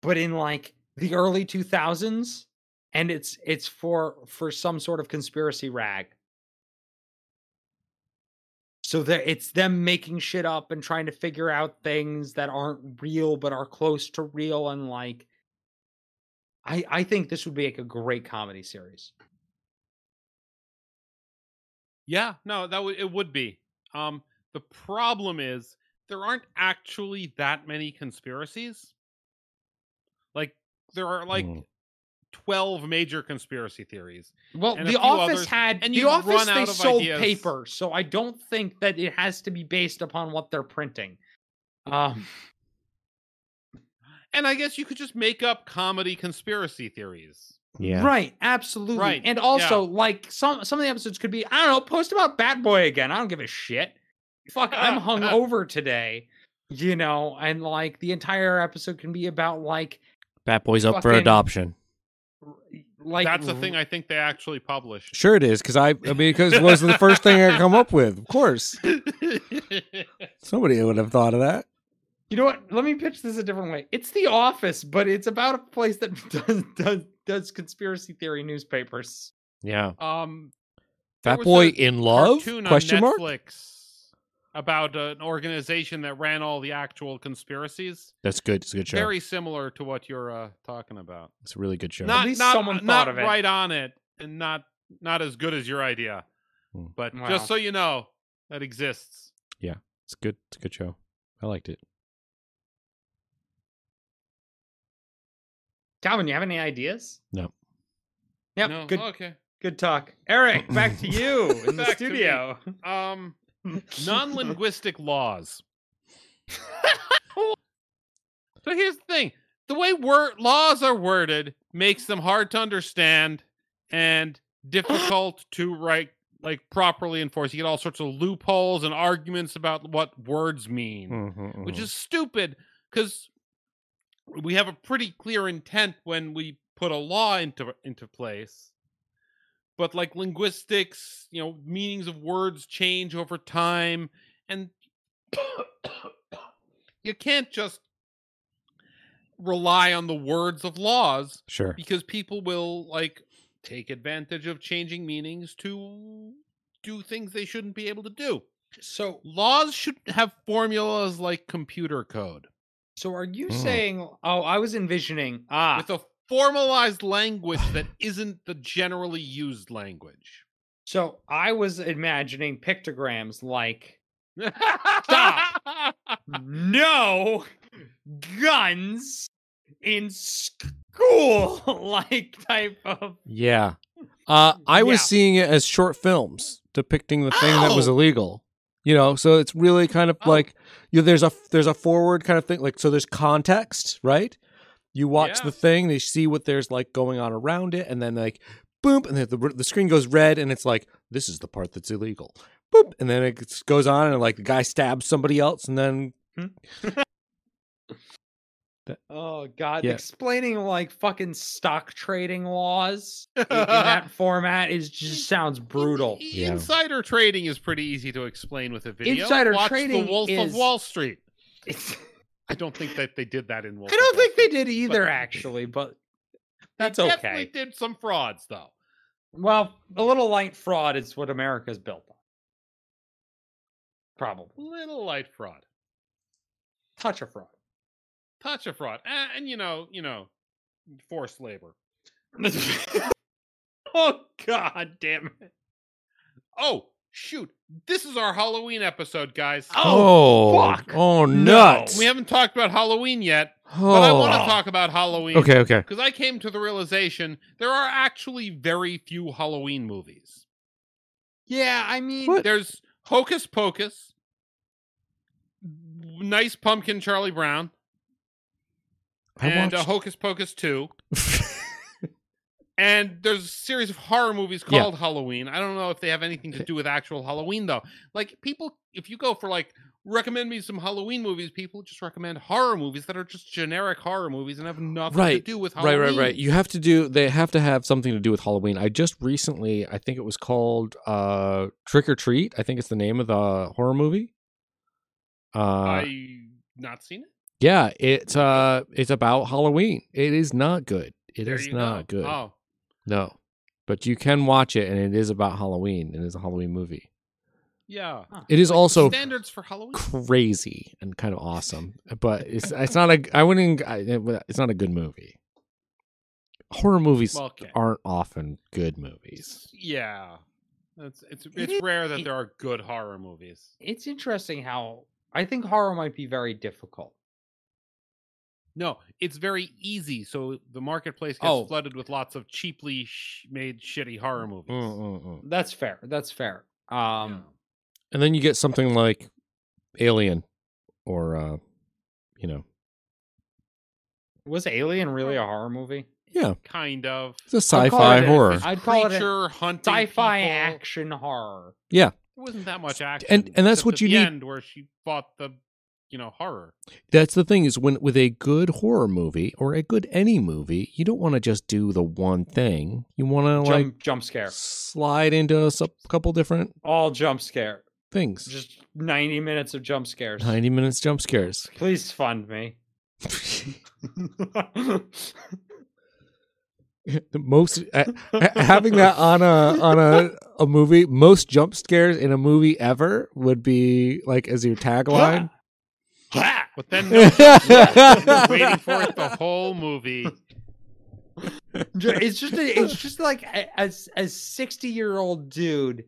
B: but in like the early two thousands, and it's it's for for some sort of conspiracy rag. So there, it's them making shit up and trying to figure out things that aren't real but are close to real, and like, I I think this would be like a great comedy series.
D: Yeah, no, that would it would be. Um, the problem is there aren't actually that many conspiracies. Like there are like
A: Mm.
D: twelve major conspiracy theories.
B: Well,
D: and a
B: The
D: few
B: Office
D: others,
B: had
D: and
B: The
D: you'd
B: Office
D: run
B: they
D: out of
B: sold
D: ideas.
B: paper, so I don't think that it has to be based upon what they're printing. Um,
D: And I guess you could just make up comedy conspiracy theories.
A: yeah.
B: right, absolutely,
D: Right,
B: and also like some some of the episodes could be I don't know, post about Batboy again. I don't give a shit. Fuck, I'm hungover today, you know, and like the entire episode can be about like
A: Bat Boy's up for
B: Fucking-
A: adoption.
B: r- like
D: That's the
B: r-
D: thing I think they actually published.
A: Sure, it is because I, I mean, because it was the first thing I come up with. Of course, somebody would have thought of that.
B: You know what? Let me pitch this a different way. It's The Office, but it's about a place that does does, does conspiracy theory newspapers.
A: Yeah,
D: um, There
A: Fat
D: was
A: Boy
D: a
A: in love?
D: cartoon
A: Question
D: on
A: mark.
D: Netflix about an organization that ran all the actual conspiracies.
A: That's good. It's a good show.
D: Very similar to what you're uh, talking about.
A: it's a really good show.
D: Not
B: least
D: not
B: someone thought
D: not
B: of it.
D: right on it, and not not as good as your idea.
A: Hmm.
D: But
B: Wow.
D: just so you know, that exists.
A: it's good. It's a good show. I liked it.
B: Calvin, you have any ideas?
A: No.
B: Yep.
D: No?
B: Good.
D: Okay.
B: Good talk, Eric. Back to you in the
D: Back to me.
B: studio.
D: Um, non-linguistic laws. So here's the thing: the way word laws are worded makes them hard to understand and difficult to write, like properly enforce. You get all sorts of loopholes and arguments about what words mean,
A: Mm-hmm,
D: which is stupid because we have a pretty clear intent when we put a law into into place. but like linguistics, you know, meanings of words change over time, and you can't just rely on the words of laws
A: Sure.
D: because people will like take advantage of changing meanings to do things they shouldn't be able to do.
B: So
D: Laws should have formulas like computer code
B: so are you
A: Mm.
B: saying oh I was envisioning ah
D: with a formalized language that isn't the generally used language.
B: so I was imagining pictograms like
D: Stop.
B: no guns in school like type of
A: Yeah. Uh, I was
B: Yeah.
A: seeing it as short films depicting the thing that was
B: Ow!
A: illegal. You know, so it's really kind of
D: Oh.
A: like you there's a there's a forward kind of thing. Like so, there's context, right? You watch
D: Yeah.
A: the thing, they see what there's like going on around it, and then like boom, and then the the screen goes red, and it's like this is the part that's illegal. Boop, and then it gets- goes on, and like the guy stabs somebody else, and then
B: oh god
A: Yeah.
B: explaining like fucking stock trading laws in, in that format is just sounds brutal
D: In-
A: Yeah.
D: Insider trading is pretty easy to explain with a video.
B: Insider
D: Watch
B: trading
D: The Wolf
B: is-
D: of Wall Street.
B: It's-
D: I don't think that they did that in Wolf.
B: I don't
D: of Wall
B: think they
D: Street.
B: did either
D: But-
B: actually but
D: They
B: that's okay
D: Definitely did some frauds though.
B: well a little light fraud is what America's built on probably
D: Little light fraud,
B: touch of fraud
D: touch of fraud, and, and you know, you know, forced labor.
B: oh god damn it
D: Oh shoot! This is our Halloween episode, guys.
B: Oh, fuck.
A: oh
B: No.
A: nuts!
D: We haven't talked about Halloween yet,
A: oh.
D: but I want to talk about Halloween.
A: Okay, okay.
D: Because I came to the realization there are actually very few Halloween movies.
B: yeah I mean
A: What?
D: There's Hocus Pocus, Nice Pumpkin Charlie Brown,
A: I
D: and uh,
A: watched.
D: Hocus Pocus 2. And there's a series of horror movies called Halloween. I don't know if they have anything to do with actual Halloween, though. Like, people, if you go for like, recommend me some Halloween movies, people just recommend horror movies that are just generic horror movies and have nothing
A: Right,
D: to do with
A: Right, right,
D: Halloween.
A: right. You have to do. They have to have something to do with Halloween. I just recently, I think it was called uh, Trick or Treat. I think it's the name of the horror movie. Uh,
D: I not seen it.
A: yeah, it's uh, it's about Halloween. It is not good. It
D: There
A: is
D: you
A: not
D: go.
A: good.
D: Oh,
A: No, but you can watch it, and it is about Halloween. It is a Halloween movie.
D: yeah.
A: It is also
D: standards for Halloween.
A: crazy and kind of awesome, but it's it's not a. I wouldn't. I, it's not a good movie. Horror movies
D: Well, okay.
A: aren't often good movies.
D: Yeah. That's it's
B: It is-
D: it's rare that
B: it-
D: there are good horror movies.
B: it's interesting how I think horror might be very difficult.
D: No, it's very easy. So the marketplace gets
B: Oh.
D: flooded with lots of cheaply sh- made shitty horror movies.
B: That's fair. That's fair.
D: Yeah.
B: Um,
A: And then you get something like Alien or uh you know,
B: was Alien really a horror movie?
A: yeah,
D: kind of
A: it's a
B: I'd call
A: sci-fi
B: it a-
A: horror.
B: I'd call it a
D: creature hunting
B: Sci-fi
D: people.
B: action horror.
D: There wasn't that much action,
A: and that's
D: except
A: what
D: at
A: you
D: the
A: need.
D: End where she fought the, you know, horror.
A: That's the thing is when with a good horror movie or a good any movie, you don't want to just do the one thing. You want to like
B: jump, jump scare.
A: slide into a sup- couple different
B: All jump scare.
A: things.
B: Just ninety minutes of jump scares.
A: 90 minutes jump scares.
B: Please fund me.
A: The most uh, having that on a on a a movie, most jump scares in a movie ever would be like as your tagline.
B: Ah.
D: But then no, you're waiting for it the whole movie.
B: Ju- it's just a, it's just like a- as as 60 year old dude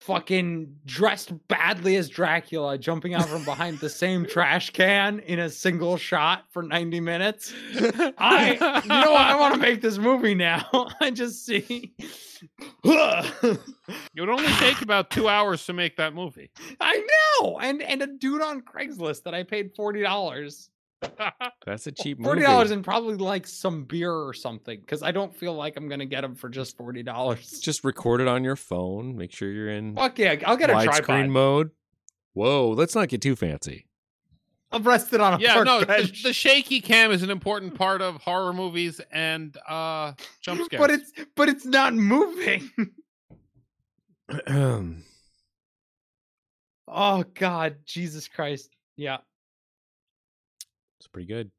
B: fucking dressed badly as dracula jumping out from behind the same trash can in a single shot for 90 minutes i you know what i want to make this movie now i just see
D: It would only take about two hours to make that movie.
B: i know and and a dude on craigslist that i paid $40
A: That's a cheap
B: Forty dollars and probably like some beer or something, because I don't feel like I'm gonna get them for just forty dollars.
A: Just record it on your phone. Make sure you're in
B: Fuck yeah, I'll get a
A: widescreen
B: tripod.
A: mode. Whoa, let's not get too fancy.
B: I'm rested on a
D: yeah, no, the,
B: workbench.
D: the shaky cam is an important part of horror movies and uh jump scares.
B: but it's but it's not moving. Oh God, Jesus Christ! Yeah,
A: it's pretty good.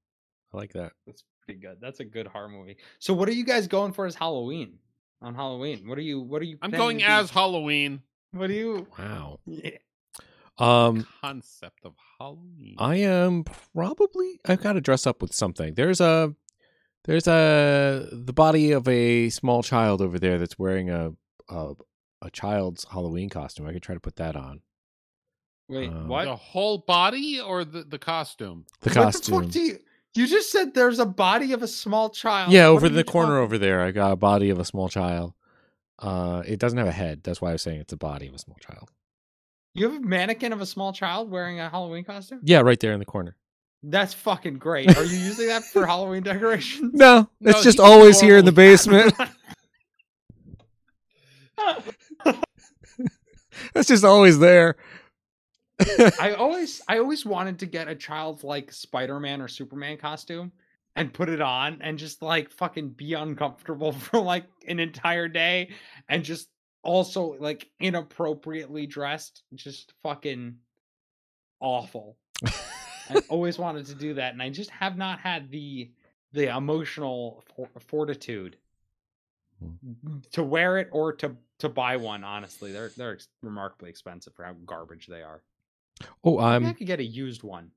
A: I like that.
B: that's pretty good. That's a good horror movie. So, what are you guys going for as Halloween? On Halloween, what are you? What are you?
D: I'm
B: planning
D: going
B: to do?
D: as Halloween.
B: What are you?
A: Wow.
B: Yeah.
A: Um,
D: Concept of Halloween.
A: I am probably I've got to dress up with something. There's a there's a the body of a small child over there that's wearing a a, a child's Halloween costume. I could try to put that on.
B: Wait,
A: Um,
B: what?
D: the whole body or the, the costume?
A: The
B: What the
A: costume.
B: fuck do you? You just said there's a body of a small child.
A: yeah,
B: What
A: over
B: are
A: the
B: you
A: corner
B: talking-
A: over there, I got a body of a small child. Uh, it doesn't have a head. That's why I was saying it's a body of a small child.
B: You have a mannequin of a small child wearing a Halloween costume.
A: Yeah, right there in the corner.
B: That's fucking great. Are you using that for Halloween decorations?
A: No,
D: No,
A: it's just
D: he's
A: always here in the
D: normal.
A: basement. That's just always there.
B: I always I always wanted to get a child like Spider-Man or Superman costume and put it on and just like fucking be uncomfortable for like an entire day and just also like inappropriately dressed, just fucking awful. I always wanted to do that and I just have not had the the emotional for- fortitude to wear it or to to buy one honestly. They're they're ex- remarkably expensive for how garbage they are.
A: Oh,
B: Maybe I
A: I'm
B: could get a used one.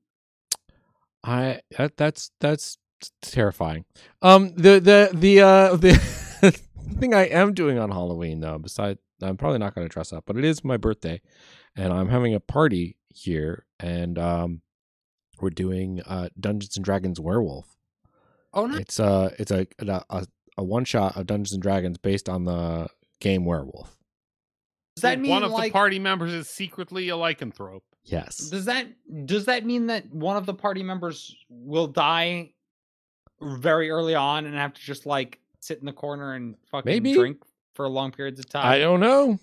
A: I that, that's that's terrifying. Um, the the the uh the thing I am doing on Halloween though, besides I'm probably not going to dress up, but it is my birthday, and I'm having a party here, and um, we're doing uh Dungeons and Dragons Werewolf.
B: Oh
A: It's uh it's a a, a, a one shot of Dungeons and Dragons based on the game Werewolf.
B: Does that mean
D: one of
B: like
D: the party members is secretly a lycanthrope?
A: Yes.
B: does that does that mean that one of the party members will die very early on and have to just like sit in the corner and fucking
A: Maybe.
B: drink for long periods of time?
A: I don't know.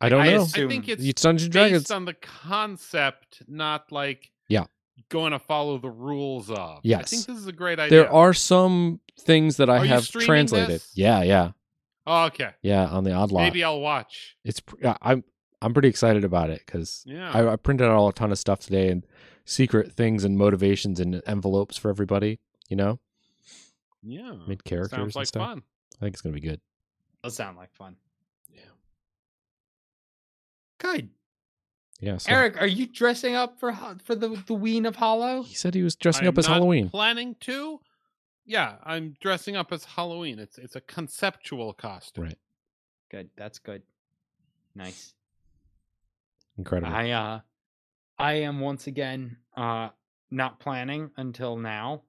A: I don't
B: I
A: know.
B: assume-
D: I think it's
A: It's Dungeons and Dragons.
D: based on the concept, not like
A: Yeah.
D: going to follow the rules of. I
A: Yes.
D: think this is a great idea.
A: there are some things that I
D: Are you
A: have
D: streaming
A: translated.
D: this?
A: Yeah, yeah,
D: Oh, okay.
A: yeah. On the odd lot,
D: Maybe I'll watch.
A: it's pr- I- I'm I'm pretty excited about it because
D: Yeah.
A: I, I printed out a ton of stuff today and secret things and motivations and envelopes for everybody. You know,
D: yeah.
A: mid characters and
D: Sounds like
A: stuff.
D: fun.
A: I think it's gonna be good.
B: Does sound like fun.
A: Yeah.
B: Good.
A: Yeah. So
B: Eric, are you dressing up for ho- for the the ween of Hollow?
A: he said he was dressing
D: I'm
A: up as
D: not
A: Halloween.
D: Planning to? Yeah, I'm dressing up as Halloween. It's it's a conceptual costume.
A: Right.
B: Good. That's good. Nice.
A: Incredible.
B: I uh I am once again uh not planning until now.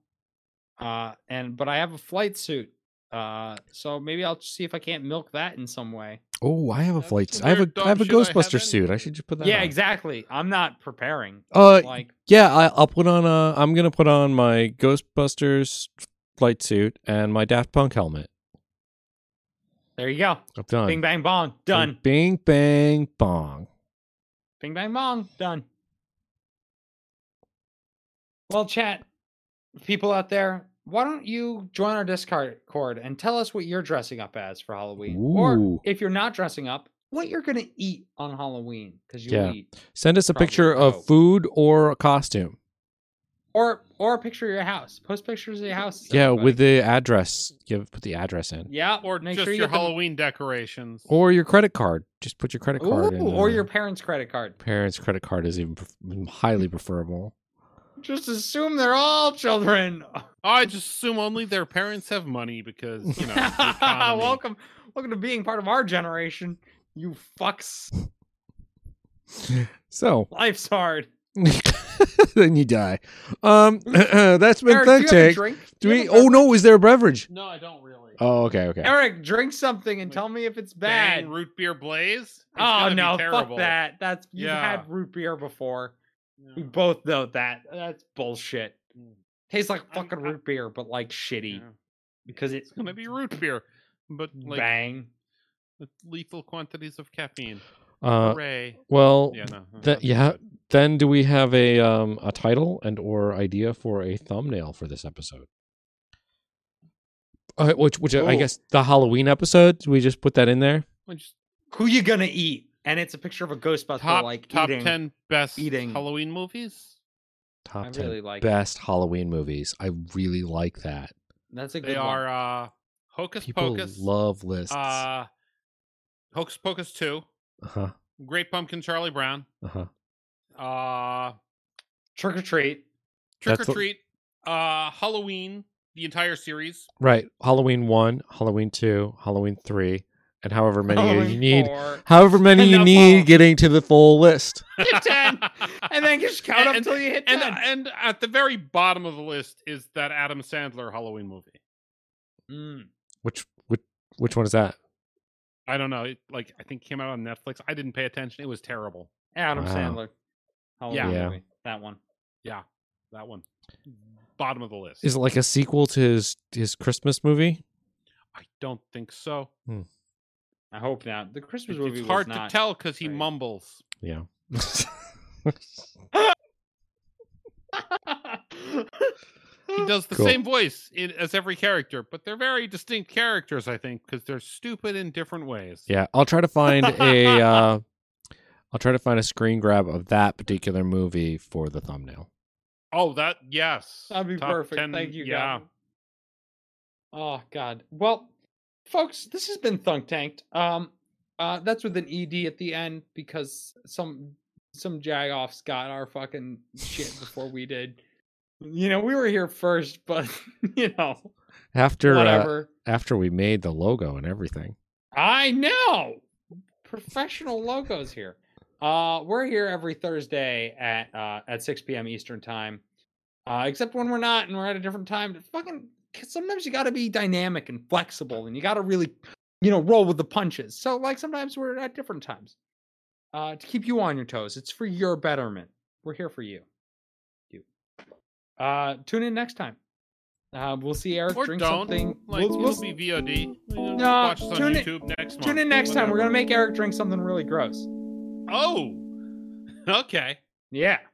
B: Uh and but I have a flight suit. Uh so maybe I'll see if I can't milk that in some way.
A: oh, I have a
D: That's
A: flight.
D: some
A: I have a
D: weird
A: I have a
D: dumb shit I
A: Ghostbuster
D: have
A: suit. I
D: anyway.
A: should just put that.
B: Yeah,
A: on.
B: exactly. I'm not preparing.
A: Uh,
B: like
A: Yeah, I, I'll put on a. I'm gonna put on my Ghostbusters flight suit and my Daft Punk helmet.
B: there you go.
A: I'm done.
B: Bing bang bong. Done.
A: Bing bang bong.
B: Bing bang bong. Done. Well, chat people out there, why don't you join our Discord cord and tell us what you're dressing up as for Halloween, or
A: Ooh.
B: if you're not dressing up, what you're gonna eat on Halloween because you
A: Yeah.
B: eat,
A: Send us a
B: Probably
A: picture
B: so.
A: of food or a costume.
B: or or a picture of your house. Post pictures of your house.
A: yeah, with
B: everybody.
A: the address. Give put the address in.
B: yeah,
D: Or
B: make
D: just
B: sure you
D: your
B: get them-
D: Halloween decorations.
A: Or your credit card. Just put your credit card in.
B: Ooh, or
A: uh,
B: your parents' credit card.
A: parents' credit card is even pref- highly preferable.
B: Just assume they're all children.
D: Oh, I just assume only their parents have money because you know. the economy.
B: welcome, welcome to being part of our generation. You fucks.
A: So
B: Life's hard.
A: then you die. Um, that's been
B: Eric, do
A: Thunk
B: you have a
A: Tank.
B: drink?
A: Do
B: you
A: we?
B: have a
A: Oh
B: beverage?
A: no! Is there a beverage?
D: No, I don't really.
A: Oh, okay, okay.
B: Eric, drink something and
D: Like,
B: tell me if it's bad.
D: Bang, root beer blaze. It's
B: oh
D: gonna be
B: no, fuck
D: terrible.
B: that. That's you've
D: Yeah.
B: had root beer before. We
D: Yeah.
B: both know that. That's bullshit.
D: Mm.
B: Tastes like
D: I'm-
B: fucking
D: I-
B: root beer, but like shitty
D: Yeah.
B: because it's
D: It's gonna be root beer, but like
B: bang.
D: with lethal quantities of caffeine.
A: Uh,
D: Hooray.
A: well,
D: yeah, no.
A: that-
D: that's
A: yeah.
D: good.
A: then do we have a um a title and or idea for a thumbnail for this episode? Uh, which which I
D: Ooh.
A: guess the Halloween episode. Do we just put that in there?
D: Well, just
B: Who you gonna eat? And it's a picture of a Ghostbuster
D: top
B: like
D: top
B: eating.
D: 10 best
B: eating.
D: Halloween movies.
A: Top
B: I
A: ten
B: really like it.
A: best Halloween movies. I really like that.
B: That's a good
D: They
B: one.
D: are uh, Hocus
A: People
D: Pocus.
A: love lists. Uh
D: uh, Hocus Pocus 2.
A: huh.
D: Great Pumpkin Charlie Brown.
A: Uh
B: Uh-huh.
A: huh.
D: Uh,
B: Trick or treat.
D: Trick
A: That's the-
D: or Treat. Uh, Halloween, the entire series.
A: Right. Halloween one, Halloween two, Halloween three, and however many you
B: Halloween
A: need.
B: four.
A: However many
D: And
A: you
D: now
A: need,
D: fall.
A: getting to the full list.
B: Get 10. And then just count
D: And-
B: up until you hit
D: and
B: 10.
D: and at the very bottom of the list is that Adam Sandler Halloween movie.
B: Mm.
A: Which which which one is that?
D: I don't know. It, like I think it came out on Netflix. I didn't pay attention. It was terrible.
B: Adam
A: Wow.
B: Sandler. Halloween
D: Yeah.
A: Yeah.
B: movie. That one.
D: That one. Bottom of the list.
A: Is it like a sequel to his his Christmas movie?
D: I don't think so.
B: I hope not. The Christmas movie
D: It's hard
B: was
D: to
B: not.
D: tell because he
B: great.
D: mumbles.
A: Yeah.
B: Mm.
D: He does the
A: Cool.
D: same voice in, as every character, but they're very distinct characters. I think because they're stupid in different ways.
A: yeah. I'll try to find a uh I'll try to find a screen grab of that particular movie for the thumbnail.
D: Oh, that yes.
B: That'd be
D: Top
B: perfect.
D: 10
B: Thank you.
D: Yeah.
B: God. Oh God. Well, folks, this has been Thunk Tanked. Um, uh, that's with an ed at the end because some some jagoffs got our fucking shit before we did. You know, we were here first, but you know,
A: After uh,
B: whatever.
A: after we made the logo and everything.
B: I know. Professional logos here. Uh, we're here every Thursday at uh, at 6 p.m. Eastern time, uh, except when we're not and we're at a different time. Fucking sometimes you got to be dynamic and flexible, and you got to really, you know, roll with the punches. So like sometimes we're at different times uh, to keep you on your toes. It's for your betterment. We're here for you. You. Uh, tune in next time. Uh, we'll see Eric
D: Or
B: drink
D: don't.
B: something.
D: Like
B: we'll-
D: we'll,
B: we'll-
D: be VOD. We'll
B: No,
D: watch this on
B: tune in-
D: YouTube next month.
B: Tune in next time. We're
D: Whatever.
B: gonna make Eric drink something really gross.
D: Oh. Okay.
B: Yeah.